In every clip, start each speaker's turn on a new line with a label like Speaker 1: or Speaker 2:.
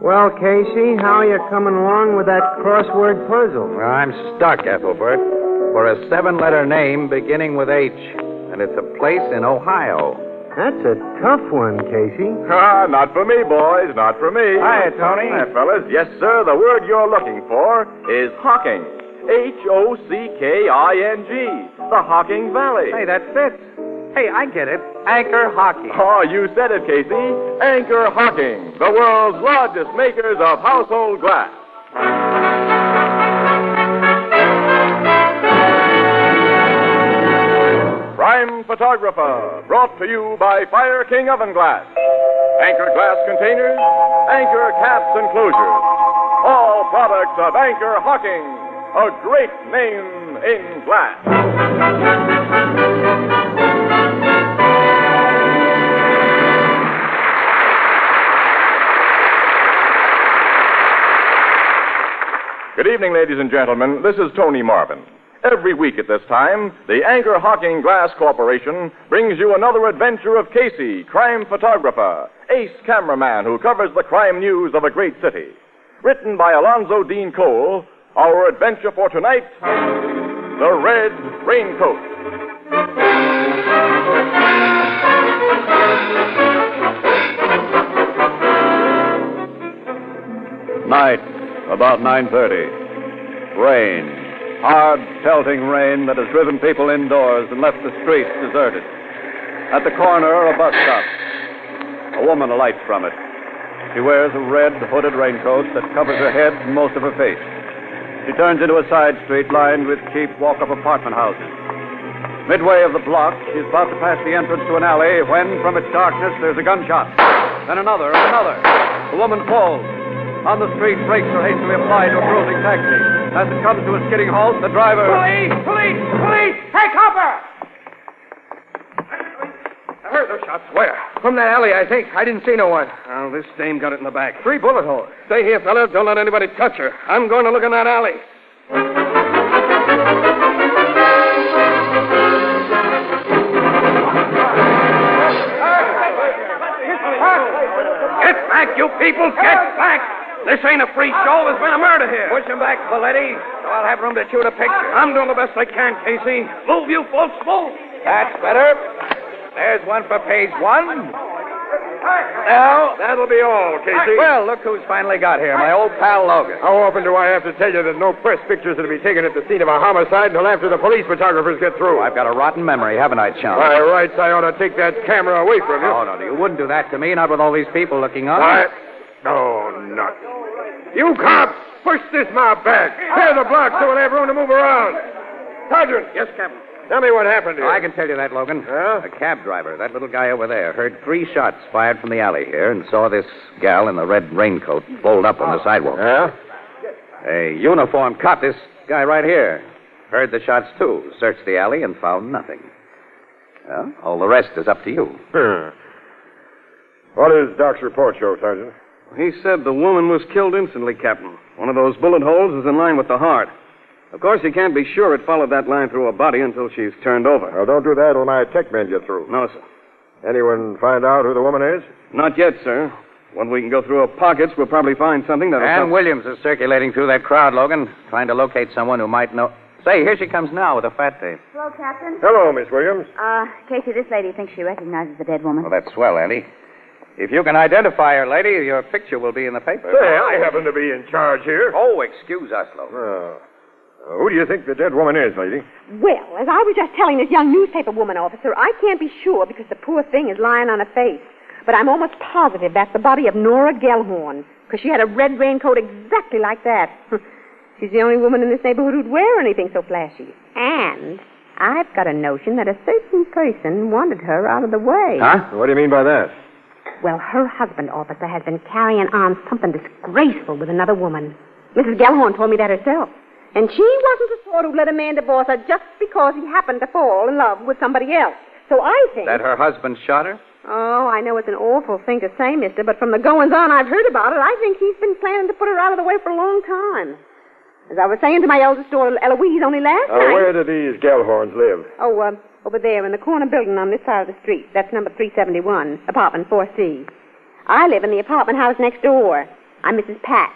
Speaker 1: Well, Casey, how are you coming along with that crossword puzzle?
Speaker 2: I'm stuck, Ethelbert, for a seven letter name beginning with H, and it's a place in Ohio.
Speaker 1: That's a tough one, Casey.
Speaker 3: Ah, not for me, boys, not for me.
Speaker 2: Hiya, Tony.
Speaker 3: Hi, fellas. Yes, sir, the word you're looking for is Hocking. H O C K I N G. The Hocking Valley.
Speaker 2: Hey, that fits. Hey, I get it. Anchor hockey.
Speaker 3: Oh, you said it, Casey. Anchor Hocking, the world's largest makers of household glass. Prime Photographer, brought to you by Fire King Oven Glass. Anchor glass containers, anchor caps and closures. All products of Anchor Hocking, a great name in glass. Good evening, ladies and gentlemen. This is Tony Marvin. Every week at this time, the Anchor Hawking Glass Corporation brings you another adventure of Casey, crime photographer, ace cameraman who covers the crime news of a great city. Written by Alonzo Dean Cole, our adventure for tonight The Red Raincoat.
Speaker 2: Night, about 9.30. Rain. Hard, pelting rain that has driven people indoors and left the streets deserted. At the corner, a bus stop. A woman alights from it. She wears a red, hooded raincoat that covers her head and most of her face. She turns into a side street lined with cheap walk-up apartment houses. Midway of the block, she's about to pass the entrance to an alley when, from its darkness, there's a gunshot. Then another, and another. The woman falls. On the street, brakes are hastily applied to a cruising taxi. As it comes to a skidding halt, the driver.
Speaker 4: Police! Police! Police! Take cover! I heard those shots. Where? From that alley, I think. I didn't see no one. Oh, this dame got it in the back. Three bullet holes. Stay here, fella. Don't let anybody touch her. I'm going to look in that alley. Get back, you people! Get back! This ain't a free show. There's been a murder here. Push him back, Paletti, so I'll have room to shoot a picture. I'm doing the best I can, Casey. Move, you folks, move! That's better. There's one for page one. Now, that'll be all, Casey. Well, look who's finally got here, my old pal Logan.
Speaker 5: How often do I have to tell you that no press pictures are to be taken at the scene of a homicide until after the police photographers get through?
Speaker 2: I've got a rotten memory, haven't I, Chum?
Speaker 5: By rights, I ought to take that camera away from you.
Speaker 2: Oh, no, you wouldn't do that to me, not with all these people looking on.
Speaker 5: I... No, not. You cops, push this mob back. Clear the block so we'll have room to move around. Sergeant. Yes, Captain. Tell me what happened here.
Speaker 2: Oh, I can tell you that, Logan.
Speaker 5: Huh?
Speaker 2: A cab driver, that little guy over there, heard three shots fired from the alley here and saw this gal in the red raincoat fold up on the sidewalk.
Speaker 5: Yeah?
Speaker 2: A uniformed cop, this guy right here, heard the shots too, searched the alley and found nothing. Well, all the rest is up to you.
Speaker 5: Huh. What is Doc's report show, Sergeant?
Speaker 4: He said the woman was killed instantly, Captain. One of those bullet holes is in line with the heart. Of course, he can't be sure it followed that line through her body until she's turned over.
Speaker 5: Well, don't do that when my tech men get through.
Speaker 4: No, sir.
Speaker 5: Anyone find out who the woman is?
Speaker 4: Not yet, sir. When we can go through her pockets, we'll probably find something that'll.
Speaker 2: Ann Williams is circulating through that crowd, Logan, trying to locate someone who might know. Say, here she comes now with a fat tape.
Speaker 6: Hello, Captain.
Speaker 5: Hello, Miss Williams.
Speaker 6: Uh, Casey, this lady thinks she recognizes the dead woman.
Speaker 2: Well, that's swell, Andy. If you can identify her, lady, your picture will be in the paper.
Speaker 5: Say, I happen to be in charge here.
Speaker 2: Oh, excuse us, Logan.
Speaker 5: Oh. Uh, who do you think the dead woman is, lady?
Speaker 7: Well, as I was just telling this young newspaper woman officer, I can't be sure because the poor thing is lying on her face. But I'm almost positive that's the body of Nora Gellhorn, because she had a red raincoat exactly like that. She's the only woman in this neighborhood who'd wear anything so flashy. And I've got a notion that a certain person wanted her out of the way.
Speaker 5: Huh? What do you mean by that?
Speaker 7: Well, her husband, officer, has been carrying on something disgraceful with another woman. Mrs. Gellhorn told me that herself. And she wasn't the sort who'd let a man divorce her just because he happened to fall in love with somebody else. So I think.
Speaker 2: That her husband shot her?
Speaker 7: Oh, I know it's an awful thing to say, mister, but from the goings on I've heard about it, I think he's been planning to put her out of the way for a long time. As I was saying to my eldest daughter, Eloise, only last
Speaker 5: Uh,
Speaker 7: night.
Speaker 5: where do these Gellhorns live?
Speaker 7: Oh, uh, over there in the corner building on this side of the street. That's number 371, apartment 4C. I live in the apartment house next door. I'm Mrs. Patch,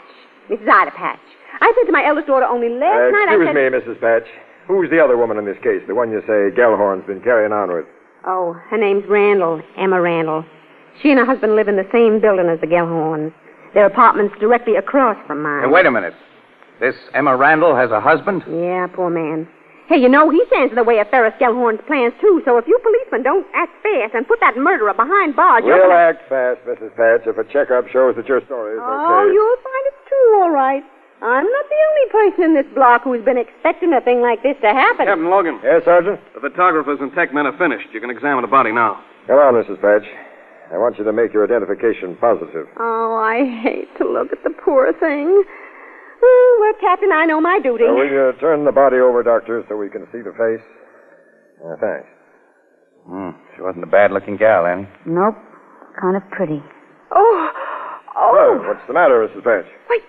Speaker 7: Mrs. Ida Patch. I said to my eldest daughter only last
Speaker 5: Uh,
Speaker 7: night. I
Speaker 5: excuse
Speaker 7: said,
Speaker 5: me, Mrs. Patch. Who's the other woman in this case? The one you say Gellhorn's been carrying on with?
Speaker 7: Oh, her name's Randall, Emma Randall. She and her husband live in the same building as the Gellhorns. Their apartment's directly across from mine.
Speaker 2: wait a minute. This Emma Randall has a husband?
Speaker 7: Yeah, poor man. Hey, you know, he stands in the way of Ferris Gellhorn's plans, too, so if you policemen don't act fast and put that murderer behind bars, you're
Speaker 5: We'll
Speaker 7: gonna-
Speaker 5: act fast, Mrs. Patch, if a checkup shows that your story is
Speaker 7: Oh,
Speaker 5: okay.
Speaker 7: you'll find it's true, all right. I'm not the only person in this block who's been expecting a thing like this to happen.
Speaker 4: Captain Logan,
Speaker 5: Yes, Sergeant?
Speaker 4: the photographers and tech men are finished. You can examine the body now.
Speaker 5: Come on, Mrs. Patch. I want you to make your identification positive.
Speaker 7: Oh, I hate to look at the poor thing. Oh, well, Captain, I know my duty.
Speaker 5: Uh, will you turn the body over, Doctor, so we can see the face? Uh, thanks.
Speaker 2: Hmm. She wasn't a bad looking gal, Annie.
Speaker 6: Nope. Kind of pretty.
Speaker 7: Oh,
Speaker 5: Hello,
Speaker 7: oh,
Speaker 5: what's the matter, Mrs. Patch?
Speaker 7: wait.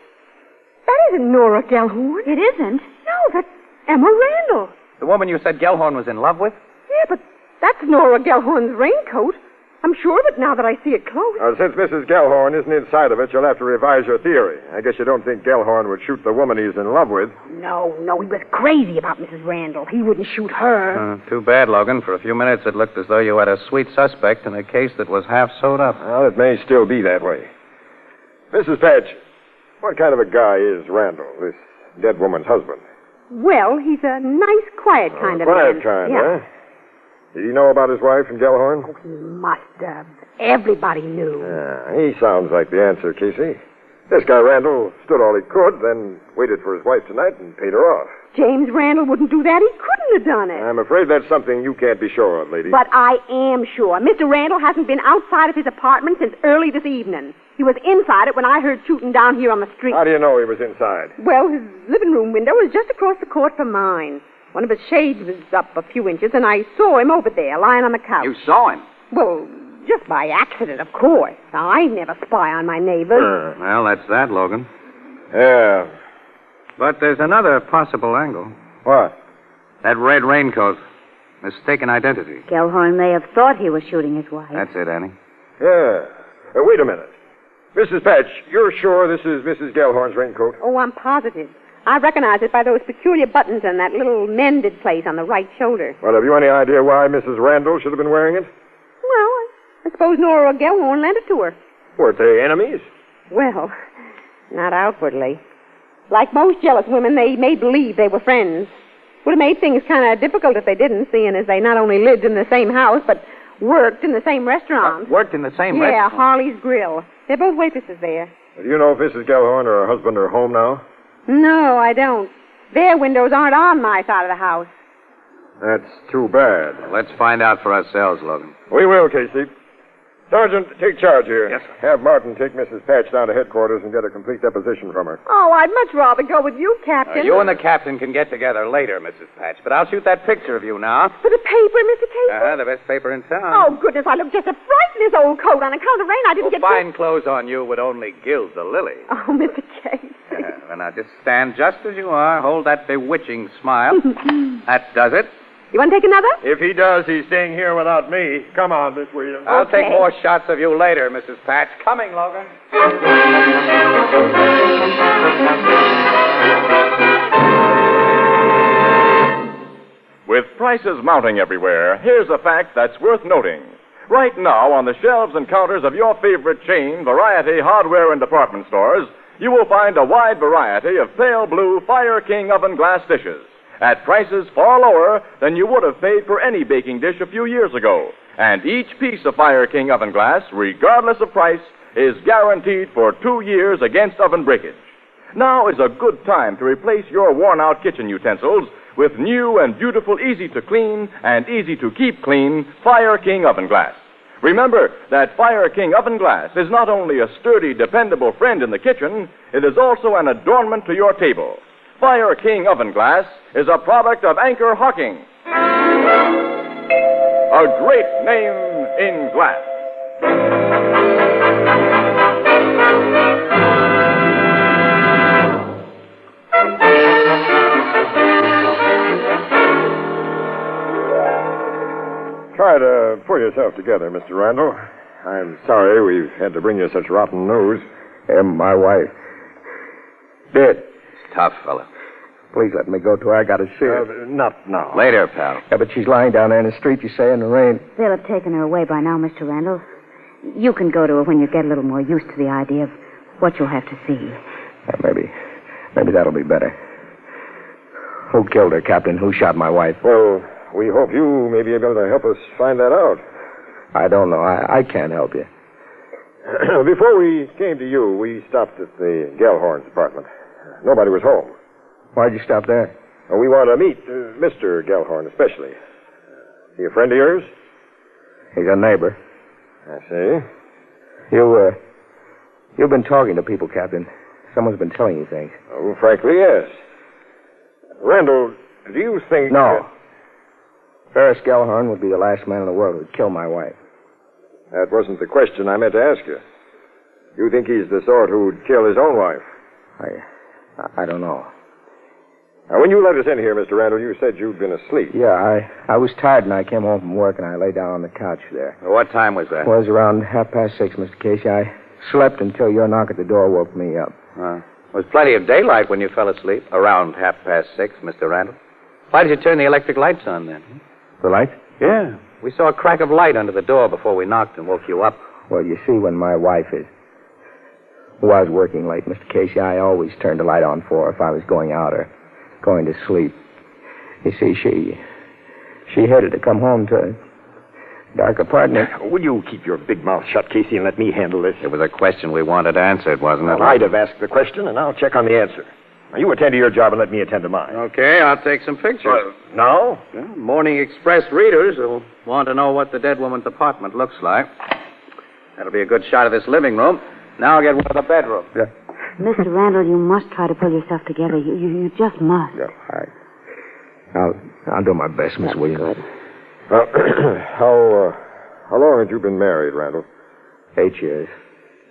Speaker 7: That isn't Nora Gellhorn.
Speaker 6: It isn't.
Speaker 7: No, that's Emma Randall.
Speaker 2: The woman you said Gellhorn was in love with?
Speaker 7: Yeah, but that's Nora Gellhorn's raincoat. I'm sure of it now that I see it close.
Speaker 5: Uh, since Mrs. Gellhorn isn't inside of it, you'll have to revise your theory. I guess you don't think Gellhorn would shoot the woman he's in love with.
Speaker 7: No, no, he was crazy about Mrs. Randall. He wouldn't shoot her.
Speaker 2: Uh, too bad, Logan. For a few minutes, it looked as though you had a sweet suspect in a case that was half sewed up.
Speaker 5: Well, it may still be that way. Mrs. Patch, what kind of a guy is Randall, this dead woman's husband?
Speaker 7: Well, he's a nice, quiet kind
Speaker 5: Oh,
Speaker 7: of
Speaker 5: quiet
Speaker 7: man.
Speaker 5: kind,
Speaker 3: eh?
Speaker 7: yeah.
Speaker 5: huh? Did he know about his wife and Gellhorn?
Speaker 7: He must have. Everybody knew.
Speaker 5: Yeah, he sounds like the answer, Casey. This guy Randall stood all he could, then waited for his wife tonight and paid her off.
Speaker 7: James Randall wouldn't do that. He couldn't have done it.
Speaker 5: I'm afraid that's something you can't be sure of, lady.
Speaker 7: But I am sure. Mr. Randall hasn't been outside of his apartment since early this evening. He was inside it when I heard shooting down here on the street.
Speaker 5: How do you know he was inside?
Speaker 7: Well, his living room window was just across the court from mine. One of his shades was up a few inches, and I saw him over there, lying on the couch.
Speaker 2: You saw him.
Speaker 7: Well, just by accident, of course. Now, I never spy on my neighbors.
Speaker 5: Uh,
Speaker 2: Well, that's that, Logan.
Speaker 5: yeah.
Speaker 2: But there's another possible angle.
Speaker 5: What?
Speaker 2: That red raincoat. Mistaken identity.
Speaker 6: Gellhorn may have thought he was shooting his wife.
Speaker 2: That's it, Annie.
Speaker 5: Yeah. Uh, wait a minute. Mrs. Patch, you're sure this is Mrs. Gellhorn's raincoat?
Speaker 7: Oh, I'm positive. I recognize it by those peculiar buttons and that little mended place on the right shoulder.
Speaker 5: Well, have you any idea why Mrs. Randall should have been wearing it?
Speaker 7: Well, I- I suppose Nora Gellhorn lent it to her.
Speaker 5: Weren't they enemies?
Speaker 7: Well, not outwardly. Like most jealous women, they made believe they were friends. Would have made things kind of difficult if they didn't, seeing as they not only lived in the same house, but worked in the same restaurant.
Speaker 2: Worked in the same
Speaker 7: yeah,
Speaker 2: restaurant.
Speaker 7: Harley's Grill. They're both waitresses there.
Speaker 5: Do you know if Mrs. Gellhorn or her husband are home now?
Speaker 7: No, I don't. Their windows aren't on my side of the house.
Speaker 5: That's too bad.
Speaker 2: Let's find out for ourselves, Logan.
Speaker 5: We will, Casey. Sergeant, take charge here. Yes, sir. Have Martin take Mrs. Patch down to headquarters and get a complete deposition from her.
Speaker 7: Oh, I'd much rather go with you, Captain.
Speaker 2: Uh, you and the captain can get together later, Mrs. Patch, but I'll shoot that picture of you now.
Speaker 7: For the paper, Mr. Casey?
Speaker 2: Uh-huh, the best paper in town.
Speaker 7: Oh, goodness, I look just a fright in this old coat. On account of rain, I didn't
Speaker 2: Well,
Speaker 7: get...
Speaker 2: fine clothes on you would only gild the lily.
Speaker 7: Oh, Mr. Casey.
Speaker 2: Yeah, well, now just stand just as you are. Hold that bewitching smile. that does it.
Speaker 7: You want to take another?
Speaker 5: If he does, he's staying here without me. Come on, Miss Williams.
Speaker 2: I'll
Speaker 7: Okay.
Speaker 2: take more shots of you later, Mrs. Patch. Coming, Logan.
Speaker 3: With prices mounting everywhere, here's a fact that's worth noting. Right now, on the shelves and counters of your favorite chain, variety, hardware, and department stores, you will find a wide variety of pale blue Fire King oven glass dishes at prices far lower than you would have paid for any baking dish a few years ago. And each piece of Fire King oven glass, regardless of price, is guaranteed for two years against oven breakage. Now is a good time to replace your worn out kitchen utensils with new and beautiful, easy to clean and easy to keep clean Fire King oven glass. Remember that Fire King oven glass is not only a sturdy, dependable friend in the kitchen, it is also an adornment to your table. Fire King oven glass is a product of Anchor Hawking, a great name in glass.
Speaker 5: Try to pull yourself together, Mr. Randall. I'm sorry we've had to bring you such rotten news.
Speaker 8: And my wife. Dead.
Speaker 9: Tough fella.
Speaker 8: Please let me go to her. I gotta see
Speaker 4: Uh,
Speaker 8: her. not now.
Speaker 9: Later, pal.
Speaker 8: Yeah, but she's lying down there in the street, you say, in the rain.
Speaker 6: They'll have taken her away by now, Mr. Randall. You can go to her when you get a little more used to the idea of what you'll have to see.
Speaker 8: Yeah, maybe. Maybe that'll be better. Who killed her, Captain? Who shot my wife?
Speaker 5: Well, we hope you may be able to help us find that out.
Speaker 8: I don't know. I, I can't help you.
Speaker 5: Before we came to you, we stopped at the Gellhorn's apartment. Nobody was home.
Speaker 8: Why'd you stop there?
Speaker 5: Uh, We want to meet uh, Mr. Gellhorn especially. Uh, He a friend of yours?
Speaker 8: He's a neighbor.
Speaker 5: I see.
Speaker 8: You, uh, you've been talking to people, Captain. Someone's been telling you things.
Speaker 5: Oh, frankly, yes. Randall, do you think...
Speaker 8: No. Ferris Gellhorn would be the last man in the world who'd kill my wife.
Speaker 5: That wasn't the question I meant to ask you. You think he's the sort who'd kill his own wife?
Speaker 8: I, I don't know.
Speaker 5: Now, when you let us in here, Mr. Randall, you said you'd been asleep.
Speaker 8: Yeah, I, I was tired and I came home from work and I lay down on the couch there.
Speaker 9: What time was that?
Speaker 8: It was around half past six, Mr. Casey. I slept until your knock at the door woke me up.
Speaker 9: Uh, was plenty of daylight when you fell asleep. Around half past six, Mr. Randall. Why did you turn the electric lights on then?
Speaker 8: The light?
Speaker 9: Yeah. We saw a crack of light under the door before we knocked and woke you up.
Speaker 8: Well, you see, when my wife is was working late, Mr. Casey, I always turned the light on for her if I was going out or going to sleep. You see, she she hated to come home to a dark apartment.
Speaker 9: Will you keep your big mouth shut, Casey, and let me handle this? It was a question we wanted answered, wasn't it?
Speaker 8: Well, I'd
Speaker 9: have
Speaker 5: asked the question, and I'll check on the answer. Now, you attend to your job and let me attend to mine.
Speaker 2: Okay, I'll take some pictures.
Speaker 5: now?
Speaker 2: Yeah, Morning Express readers will want to know what the dead woman's apartment looks like. That'll be a good shot of this living room. Now I'll get one of the bedroom.
Speaker 6: Mr. Randall, you must try to pull yourself together. You, you, you just must.
Speaker 8: I'll I'll do my best, Miss Williams.
Speaker 5: Well, Uh, how, uh, how long had you been married, Randall?
Speaker 8: Eight years.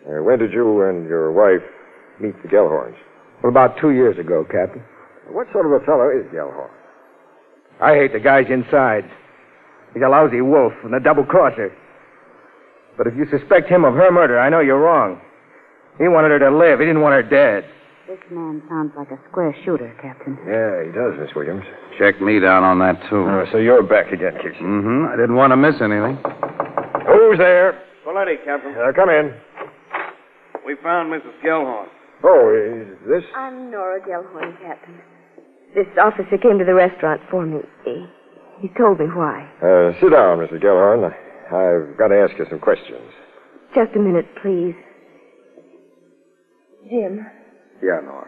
Speaker 5: Uh, when did you and your wife meet the Gellhorns?
Speaker 8: Well, about two years ago, Captain.
Speaker 5: What sort of a fellow is Gellhorn?
Speaker 8: I hate the guys inside. He's a lousy wolf and a double crosser. But if you suspect him of her murder, I know you're wrong. He wanted her to live. He didn't want her dead.
Speaker 6: This man sounds like a square shooter, Captain.
Speaker 5: Yeah, he does, Miss Williams. Uh,
Speaker 2: Check me down on that, too.
Speaker 8: Oh,
Speaker 5: so you're back again, Casey.
Speaker 2: Mm-hmm. I didn't want to miss anything.
Speaker 5: Who's there?
Speaker 4: Folletti, Captain.
Speaker 5: Uh, come in.
Speaker 4: We found Mrs. Gellhorn.
Speaker 5: Oh, is this?
Speaker 10: I'm Nora Gellhorn, Captain. This officer came to the restaurant for me. He, he told me why.
Speaker 5: Uh, sit down, Mr. Gellhorn. I've got to ask you some questions.
Speaker 10: Just a minute, please. Jim,
Speaker 5: Yeah, Nora.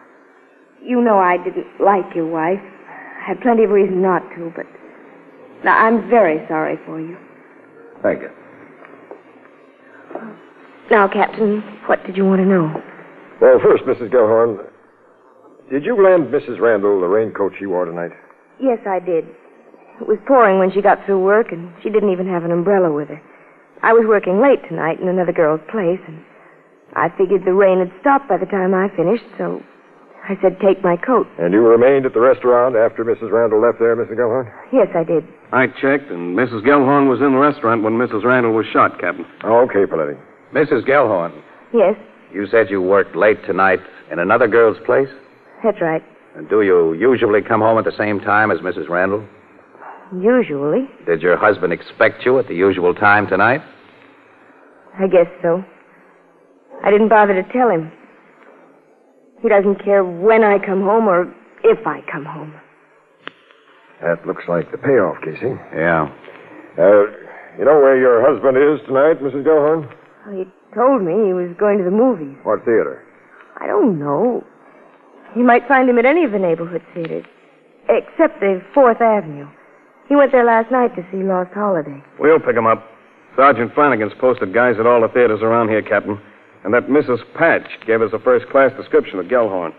Speaker 10: you know I didn't like your wife. I had plenty of reason not to, but now I'm very sorry for you.
Speaker 8: Thank you.
Speaker 10: Now, Captain, what did you want to know?
Speaker 5: Well, first, Mrs. Gellhorn, did you lend Mrs. Randall the raincoat she wore tonight?
Speaker 10: Yes, I did. It was pouring when she got through work, and she didn't even have an umbrella with her. I was working late tonight in another girl's place, and I figured the rain had stopped by the time I finished, so I said, Take my coat.
Speaker 5: And you remained at the restaurant after Mrs. Randall left there, Mr. Gellhorn?
Speaker 10: Yes, I did.
Speaker 11: I checked, and Mrs. Gellhorn was in the restaurant when Mrs. Randall was shot, Captain.
Speaker 5: Oh, okay, Paletti.
Speaker 9: Mrs. Gellhorn,
Speaker 10: Yes,
Speaker 9: you said you worked late tonight in another girl's place?
Speaker 10: that's right.
Speaker 9: And do you usually come home at the same time as Mrs. Randall?
Speaker 10: Usually.
Speaker 9: Did your husband expect you at the usual time tonight?
Speaker 10: I guess so. I didn't bother to tell him. He doesn't care when I come home or if I come home.
Speaker 5: That looks like the payoff, Casey.
Speaker 9: Yeah.
Speaker 5: Uh, you know where your husband is tonight, Mrs. Gellhorn?
Speaker 10: He told me he was going to the movies.
Speaker 5: What theater?
Speaker 10: I don't know. You might find him at any of the neighborhood theaters, except the Fourth Avenue. He went there last night to see Lost Holiday.
Speaker 11: We'll pick him up. Sergeant Flanagan's posted guys at all the theaters around here, Captain. And that Mrs. Patch gave us a first class description of Gellhorn.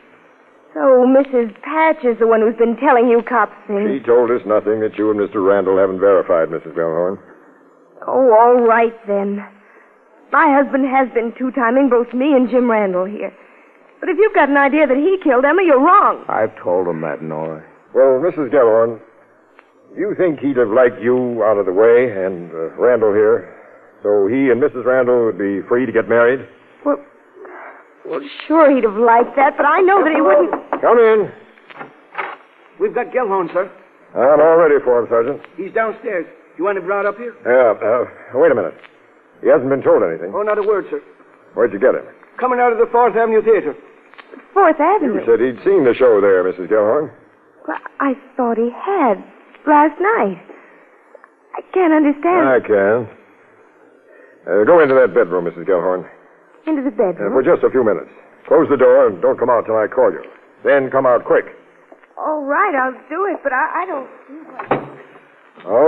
Speaker 10: So Mrs. Patch is the one who's been telling you cops
Speaker 5: He
Speaker 10: things.
Speaker 5: told us nothing that you and Mr. Randall haven't verified, Mrs. Gellhorn.
Speaker 10: Oh, all right then. My husband has been two-timing both me and Jim Randall here. But if you've got an idea that he killed Emma, you're wrong.
Speaker 8: I've told him that, Nora.
Speaker 5: Well, Mrs. Gellhorn, do you think he'd have liked you out of the way and uh, Randall here, so he and Mrs. Randall would be free to get married?
Speaker 10: Well, Well, sure he'd have liked that, but I know that he wouldn't.
Speaker 5: Come in.
Speaker 4: We've got Gellhorn, sir.
Speaker 5: I'm all ready for him, Sergeant.
Speaker 4: He's downstairs. You want him brought up here?
Speaker 5: Yeah, uh, wait a minute. He hasn't been told anything.
Speaker 4: Oh, not a word, sir.
Speaker 5: Where'd you get him?
Speaker 4: Coming out of the Fourth Avenue Theater.
Speaker 10: Fourth
Speaker 5: You
Speaker 10: Avenue.
Speaker 5: said he'd seen the show there, Mrs. Gellhorn.
Speaker 10: Well, I thought he had last night. I can't understand.
Speaker 5: I can. Uh, go into that bedroom, Mrs. Gellhorn,
Speaker 10: Into the
Speaker 5: uh,
Speaker 10: bedroom.
Speaker 5: for just a few minutes. Close the door and don't come out till I call you. Then come out quick.
Speaker 10: All right, I'll do it, but I, I don't.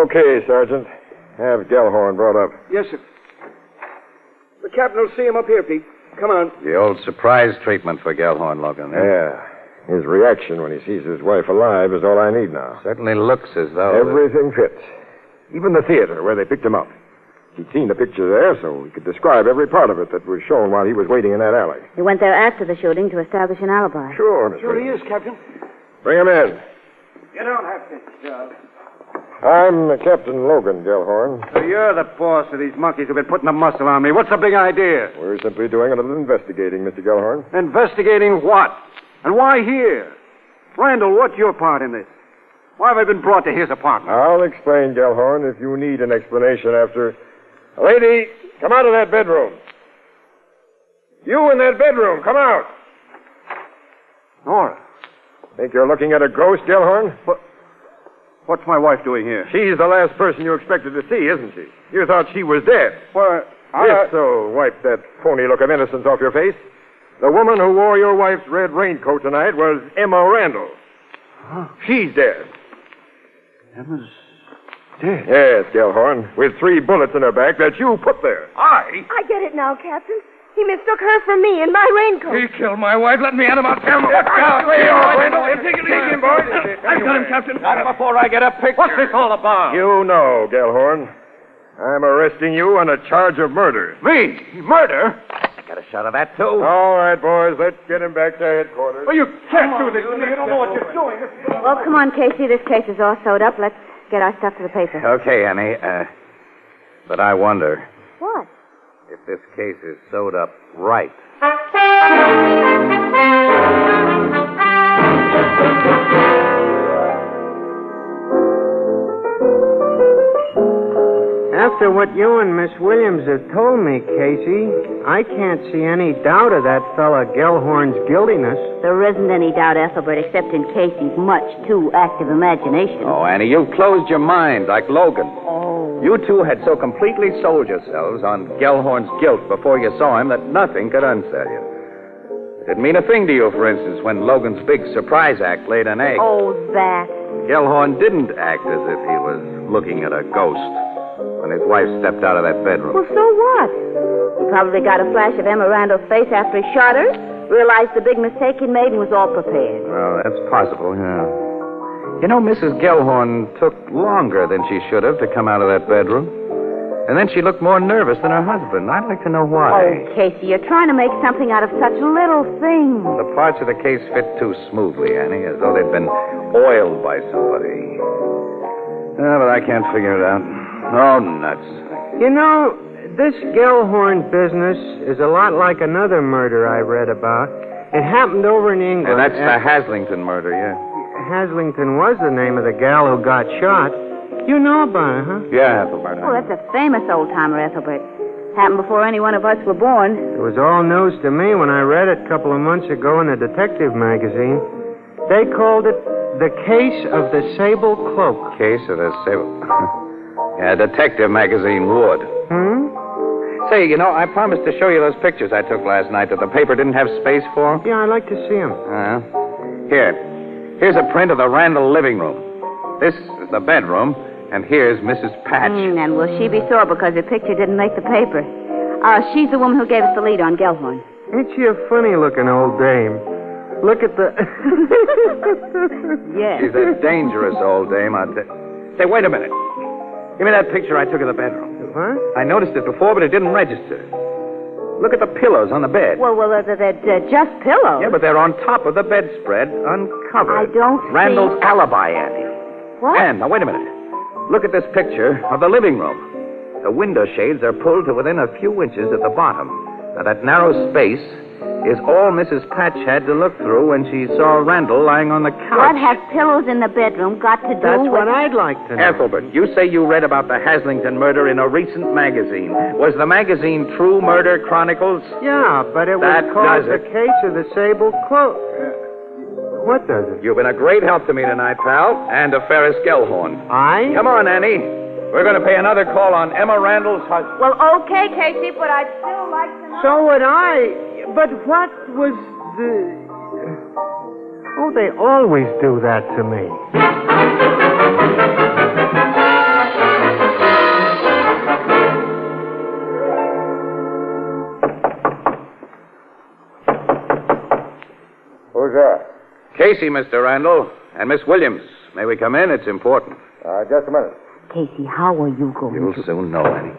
Speaker 5: Okay, Sergeant. Have Gellhorn brought up.
Speaker 4: Yes, sir. The captain will see him up here, Pete. Come on.
Speaker 2: The old surprise treatment for Gellhorn, Logan. eh?
Speaker 5: Yeah. His reaction when he sees his wife alive is all I need now.
Speaker 2: Certainly looks as
Speaker 5: Oh,
Speaker 2: though.
Speaker 5: Everything fits. Even the theater where they picked him up. He'd seen the picture there, so he could describe every part of it that was shown while he was waiting in that alley.
Speaker 6: He went there after the shooting to establish an alibi.
Speaker 5: Sure, Miss
Speaker 4: Sure he is, Captain.
Speaker 5: Bring him in.
Speaker 4: You don't have this job.
Speaker 5: I'm Captain Logan Gellhorn.
Speaker 12: So you're the boss of these monkeys who've been putting a muscle on me. What's the big idea?
Speaker 5: We're simply doing a little investigating, Mr. Gellhorn.
Speaker 12: Investigating what? And why here? Randall, what's your part in this? Why have I been brought to his apartment?
Speaker 5: I'll explain, Gellhorn, if you need an explanation after. Lady, come out of that bedroom. You in that bedroom, come out.
Speaker 12: Nora.
Speaker 5: Think you're looking at a ghost, Gellhorn? What?
Speaker 12: What's my wife doing here?
Speaker 5: She's the last person you expected to see, isn't she? You thought she was dead.
Speaker 12: Well, uh,
Speaker 5: I... If so, wipe that phony look of innocence off your face. The woman who wore your wife's red raincoat tonight was Emma Randall. She's dead.
Speaker 12: Emma's
Speaker 5: Dead? Yes, Gellhorn, with three bullets in her back that you put there.
Speaker 10: I? I get it now, Captain. He mistook her for me in my raincoat.
Speaker 13: He killed my wife. Let me at him. I'll tell him.
Speaker 5: Let
Speaker 13: out.
Speaker 5: Lay off, Randall.
Speaker 13: Take it easy, boys. I've got him, Captain. Not before I get a picture. What's this all about?
Speaker 5: You know, Gellhorn. I'm arresting you on a charge of murder.
Speaker 12: Me? Murder?
Speaker 5: I got a shot of that, too.
Speaker 12: Oh.
Speaker 5: All right, boys, let's get him back to headquarters.
Speaker 12: Well, you
Speaker 13: can't do this to me. You don't know what you're doing.
Speaker 6: Well, Oh, come on, Casey. This case is all sewed up. Let's get our stuff to the paper.
Speaker 2: Okay, Annie. Uh, but I wonder
Speaker 6: What?
Speaker 2: if this case is sewed up right.
Speaker 1: After what you and Miss Williams have told me, Casey, I can't see any doubt of that fella Gellhorn's guiltiness.
Speaker 6: There isn't any doubt, Ethelbert, except in Casey's much too active imagination.
Speaker 2: Oh, Annie, you closed your mind like Logan. Oh. You two had so completely sold yourselves on Gellhorn's guilt before you saw him that nothing could unsell you. It didn't mean a thing to you, for instance, when Logan's big surprise act laid an egg.
Speaker 6: Oh, that.
Speaker 2: Gellhorn didn't act as if he was looking at a ghost when his wife stepped out of that bedroom.
Speaker 6: Well, so what? He probably got a flash of Emma Randall's face after he shot her, realized the big mistake he made, and was all prepared.
Speaker 2: Well, that's possible, yeah. You know, Mrs. Gellhorn took longer than she should have to come out of that bedroom. And then she looked more nervous than her husband. I'd like to know why.
Speaker 6: Oh, Casey, you're trying to make something out of such little things.
Speaker 2: The parts of the case fit too smoothly, Annie, as though they'd been oiled by somebody. Ah, but I can't figure it out. Oh, nuts.
Speaker 1: You know, this Gellhorn business is a lot like another murder I read about. It happened over in
Speaker 2: And
Speaker 1: England.
Speaker 2: that's the
Speaker 1: and
Speaker 2: Haslington murder, yeah.
Speaker 1: Haslington was the name of the gal who got shot. You know about it, huh?
Speaker 2: Yeah, Ethelbert.
Speaker 6: Oh, that's a famous old timer, Ethelbert. Happened before any one of us were born.
Speaker 1: It was all news to me when I read it a couple of months ago in a detective magazine. They called it The Case of the Sable Cloak.
Speaker 2: Case of the Sable. yeah, Detective Magazine would.
Speaker 1: Hmm?
Speaker 2: Say, you know, I promised to show you those pictures I took last night that the paper didn't have space for.
Speaker 1: Yeah, I'd like to see them.
Speaker 2: Uh, here. Here's a print of the Randall living room. This is the bedroom, and here's Mrs. Patch.
Speaker 6: Mm, and will she be sore because her picture didn't make the paper? Uh, she's the woman who gave us the lead on Gellhorn.
Speaker 1: Ain't she a funny looking old dame? Look at the.
Speaker 6: yes.
Speaker 2: She's a dangerous old dame. I de- Say, wait a minute. Give me that picture I took of the bedroom.
Speaker 1: What?
Speaker 2: I noticed it before, but it didn't register. Look at the pillows on the bed.
Speaker 6: Well, well, uh, they're, they're just pillows.
Speaker 2: Yeah, but they're on top of the bedspread, uncovered.
Speaker 6: I don't see-
Speaker 2: Randall's alibi, Annie.
Speaker 6: What?
Speaker 2: And now wait a minute. Look at this picture of the living room. The window shades are pulled to within a few inches at the bottom. Now that narrow space is all Mrs. Patch had to look through when she saw Randall lying on the
Speaker 6: What
Speaker 2: couch.
Speaker 6: have pillows in the bedroom got to do with...
Speaker 2: like to know. Ethelbert, you say you read about the Haslington murder in a recent magazine. Was the magazine True Murder Chronicles?
Speaker 1: Yeah, but it
Speaker 2: That
Speaker 1: was called
Speaker 2: does
Speaker 1: the
Speaker 2: it.
Speaker 1: case of the sable cloak. What does it?
Speaker 2: You've been a great help to me tonight, pal, and to Ferris Gellhorn.
Speaker 1: I?
Speaker 2: Come on, Annie. We're going to pay another call on Emma Randall's husband.
Speaker 10: Well, okay, Casey, but I'd still like to know.
Speaker 1: So would I. But what was the. Oh, they always do that to me.
Speaker 9: Who's that?
Speaker 2: Casey, Mr. Randall, and Miss Williams. May we come in? It's important.
Speaker 9: Uh, just a minute.
Speaker 6: Casey, how are you going
Speaker 2: You'll
Speaker 6: to...
Speaker 2: soon know, Annie.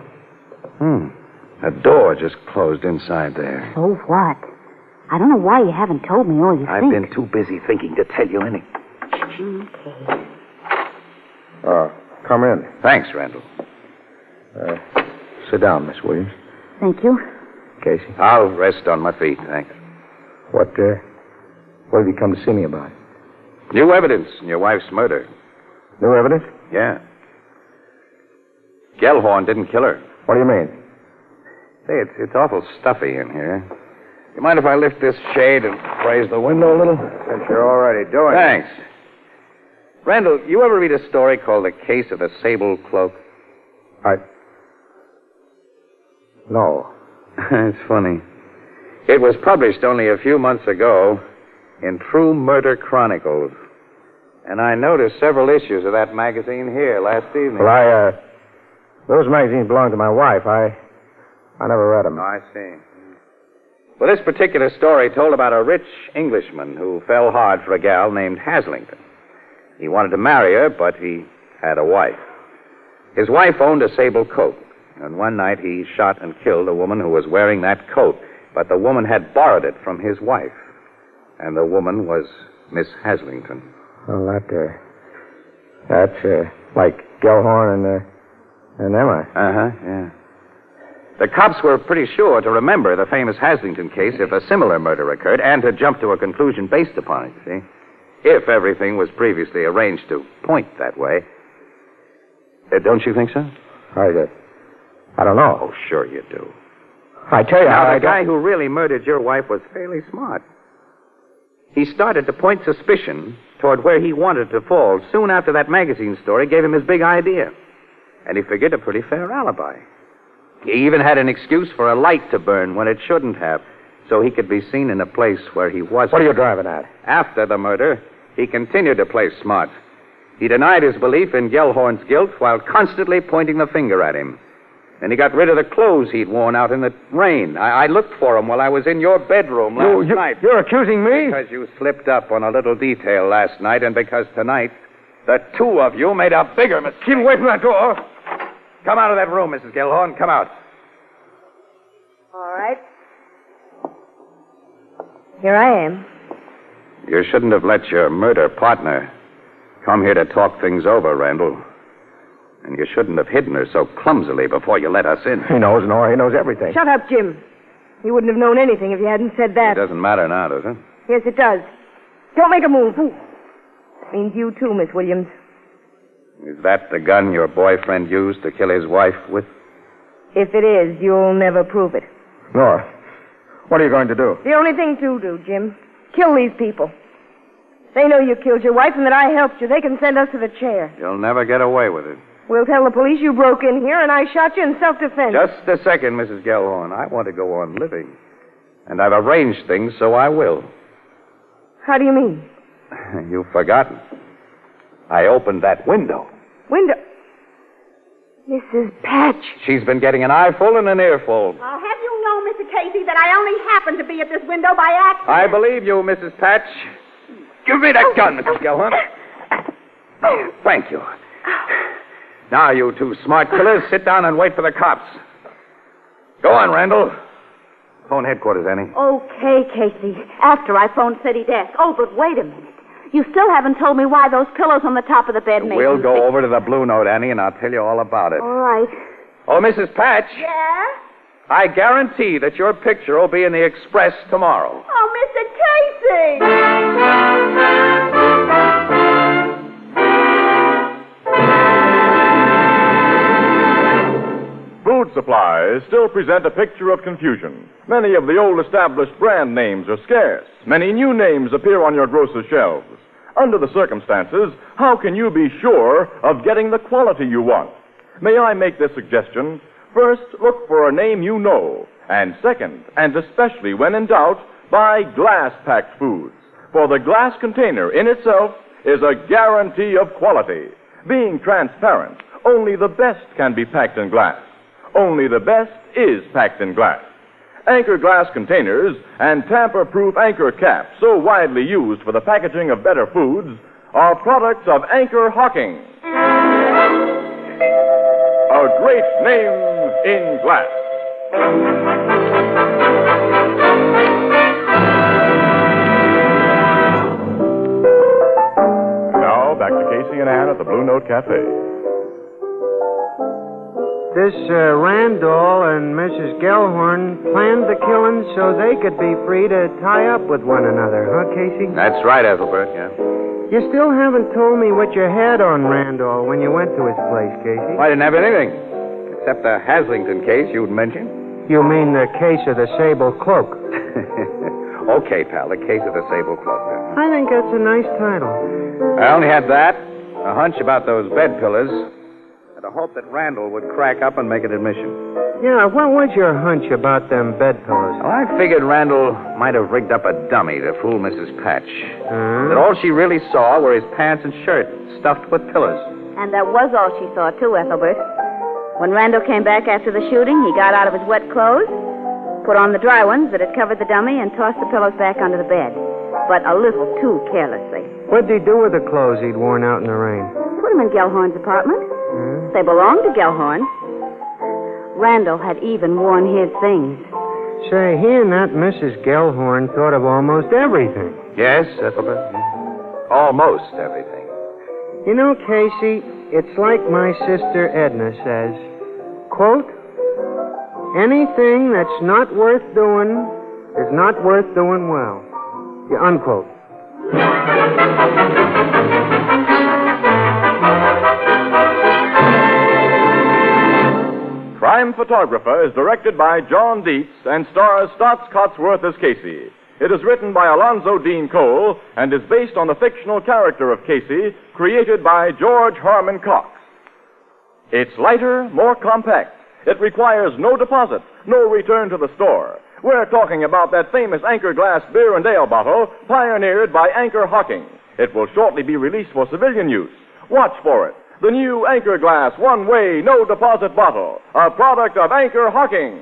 Speaker 2: Hmm. A door just closed inside there.
Speaker 6: So what? I don't know why you haven't told me all you
Speaker 2: I've
Speaker 6: think.
Speaker 2: been too busy thinking to tell you any.
Speaker 6: Okay.
Speaker 8: Uh, come in.
Speaker 2: Thanks, Randall.
Speaker 8: Uh, sit down, Miss Williams.
Speaker 6: Thank you.
Speaker 8: Casey.
Speaker 2: I'll rest on my feet, thanks.
Speaker 8: What, uh, what have you come to see me about?
Speaker 2: New evidence in your wife's murder.
Speaker 8: New evidence?
Speaker 2: Yeah. Gellhorn didn't kill her.
Speaker 8: What do you mean?
Speaker 2: Say, it's, it's awful stuffy in here. You mind if I lift this shade and raise the window a little?
Speaker 8: Since you're already doing
Speaker 2: Thanks. Randall, you ever read a story called The Case of the Sable Cloak?
Speaker 8: I. No.
Speaker 2: it's funny. It was published only a few months ago in True Murder Chronicles. And I noticed several issues of that magazine here last evening.
Speaker 8: Well, I, uh, those magazines belong to my wife. I, I never read them.
Speaker 2: Oh, I see. Well, this particular story told about a rich Englishman who fell hard for a gal named Haslington. He wanted to marry her, but he had a wife. His wife owned a sable coat, and one night he shot and killed a woman who was wearing that coat, but the woman had borrowed it from his wife, and the woman was Miss Haslington.
Speaker 8: Well, that, uh, that's, uh, like Gellhorn and, uh, and Emma.
Speaker 2: Uh huh, yeah. The cops were pretty sure to remember the famous Haslington case if a similar murder occurred and to jump to a conclusion based upon it, see? If everything was previously arranged to point that way. Uh, don't you think so?
Speaker 8: I, uh, I don't know.
Speaker 2: Oh, sure you do.
Speaker 8: I tell you,
Speaker 2: now,
Speaker 8: I,
Speaker 2: the
Speaker 8: I
Speaker 2: guy
Speaker 8: don't-
Speaker 2: who really murdered your wife was fairly smart. He started to point suspicion toward where he wanted to fall soon after that magazine story gave him his big idea. And he figured a pretty fair alibi. He even had an excuse for a light to burn when it shouldn't have, so he could be seen in a place where he wasn't.
Speaker 8: What are you driving at?
Speaker 2: After the murder, he continued to play smart. He denied his belief in Gellhorn's guilt while constantly pointing the finger at him. And he got rid of the clothes he'd worn out in the rain. I, I looked for him while I was in your bedroom last
Speaker 8: You- you-
Speaker 2: night.
Speaker 8: You're accusing me?
Speaker 2: Because you slipped up on a little detail last night, and because tonight the two of you made a bigger mistake. Keep away from that door. Come out of that room, Mrs. Gellhorn. Come out.
Speaker 10: All right. Here I am.
Speaker 2: You shouldn't have let your murder partner come here to talk things over, Randall. And you shouldn't have hidden her so clumsily before you let us in.
Speaker 8: He knows, Nora. He knows everything.
Speaker 10: Shut up, Jim. You wouldn't have known anything if you hadn't said
Speaker 2: It
Speaker 10: that.
Speaker 2: doesn't matter now, does it?
Speaker 10: Yes, it does. Don't make a move. That means you too, Miss Williams.
Speaker 2: Is that the gun your boyfriend used to kill his wife with?
Speaker 10: If it is, you'll never prove it.
Speaker 8: Nora, what are you going to do?
Speaker 10: The only thing to do, Jim, kill these people. They know you killed your wife and that I helped you. They can send us to the chair.
Speaker 2: You'll never get away with it.
Speaker 10: We'll tell the police you broke in here and I shot you in self-defense.
Speaker 2: Just a second, Mrs. Gellhorn. I want to go on living. And I've arranged things so I will.
Speaker 10: How do you mean?
Speaker 2: You've forgotten. I opened that window.
Speaker 10: Window. Mrs. Patch.
Speaker 2: She's been getting an eyeful and an earful.
Speaker 7: I'll have you know, Mr. Casey, that I only happened to be at this window by accident.
Speaker 2: I believe you, Mrs. Patch. Give me that gun, Mrs. Gellhorn. Thank you. Now, you two smart killers, sit down and wait for the cops. Go on, Randall. Phone headquarters, Annie.
Speaker 6: Okay, Casey. After I phoned City Desk. Oh, but wait a minute. You still haven't told me why those pillows on the top of the bed made
Speaker 2: We'll
Speaker 6: me
Speaker 2: go
Speaker 6: sick.
Speaker 2: over to the Blue Note, Annie, and I'll tell you all about it.
Speaker 6: All right.
Speaker 2: Oh, Mrs. Patch.
Speaker 7: Yeah?
Speaker 2: I guarantee that your picture will be in the Express tomorrow.
Speaker 14: Oh, Mr. Casey!
Speaker 3: Food supplies still present a picture of confusion. Many of the old established brand names are scarce. Many new names appear on your grocer's shelves. Under the circumstances, how can you be sure of getting the quality you want? May I make this suggestion? First, look for a name you know. And second, and especially when in doubt, buy glass packed foods. For the glass container in itself is a guarantee of quality. Being transparent, only the best can be packed in glass. Only the best is packed in glass. Anchor glass containers and tamper proof anchor caps, so widely used for the packaging of better foods, are products of Anchor Hawking. A great name in glass. Now, back to Casey and Ann at the Blue Note Cafe.
Speaker 1: This uh, Randall and Mrs. Gellhorn planned the killing so they could be free to tie up with one another, huh, Casey?
Speaker 2: That's right, Ethelbert, yeah.
Speaker 1: You still haven't told me what you had on Randall when you went to his place, Casey.
Speaker 2: I didn't have anything, except the Haslington case you'd mentioned.
Speaker 1: You mean the case of the sable cloak?
Speaker 2: okay, pal, the case of the sable cloak.
Speaker 1: I think that's a nice title.
Speaker 2: I only had that, a hunch about those bed pillows, and a hope that Randall would crack up and make an admission.
Speaker 1: Yeah, what was your hunch about them bedpillows?
Speaker 2: Well, I figured Randall might have rigged up a dummy to fool Mrs. Patch.
Speaker 1: Hmm?
Speaker 2: That all she really saw were his pants and shirt stuffed with pillows.
Speaker 6: And that was all she saw, too, Ethelbert. When Randall came back after the shooting, he got out of his wet clothes, put on the dry ones that had covered the dummy, and tossed the pillows back under the bed. But a little too carelessly.
Speaker 1: What'd he do with the clothes he'd worn out in the rain?
Speaker 6: Put them in Gelhorn's apartment. They belonged to Gelhorn. Randall had even worn his things.
Speaker 1: Say, he and that Mrs. Gellhorn thought of almost everything.
Speaker 2: Yes, Ethelbert. Almost everything.
Speaker 1: You know, Casey, it's like my sister Edna says, quote, anything that's not worth doing is not worth doing well. Yeah, unquote.
Speaker 3: Crime Photographer is directed by John Dietz and stars Stotts Cotsworth as Casey. It is written by Alonzo Dean Cole and is based on the fictional character of Casey, created by George Harmon Cox. It's lighter, more compact. It requires no deposit, no return to the store. We're talking about that famous Anchor Glass beer and ale bottle pioneered by Anchor Hawking. It will shortly be released for civilian use. Watch for it. The new Anchor Glass one way, no deposit bottle, a product of Anchor Hawking.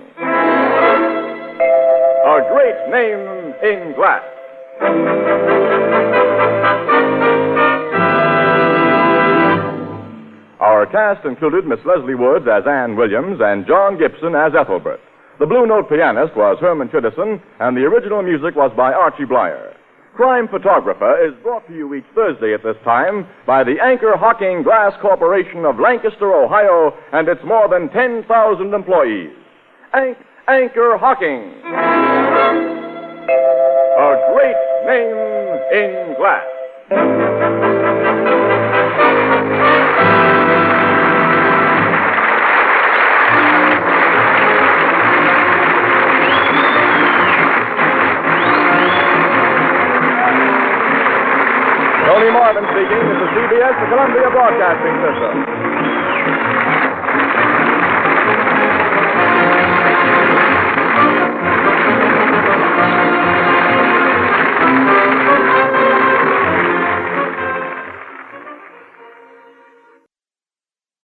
Speaker 3: A great name in glass. Our cast included Miss Leslie Woods as Ann Williams and John Gibson as Ethelbert. The Blue Note pianist was Herman Chittison, and the original music was by Archie Blyer. Crime Photographer is brought to you each Thursday at this time by the Anchor Hawking Glass Corporation of Lancaster, Ohio, and its more than 10,000 employees. Anch- Anchor Hawking. A great name in glass. Tony Marvin speaking. This is CBS, the Columbia Broadcasting System.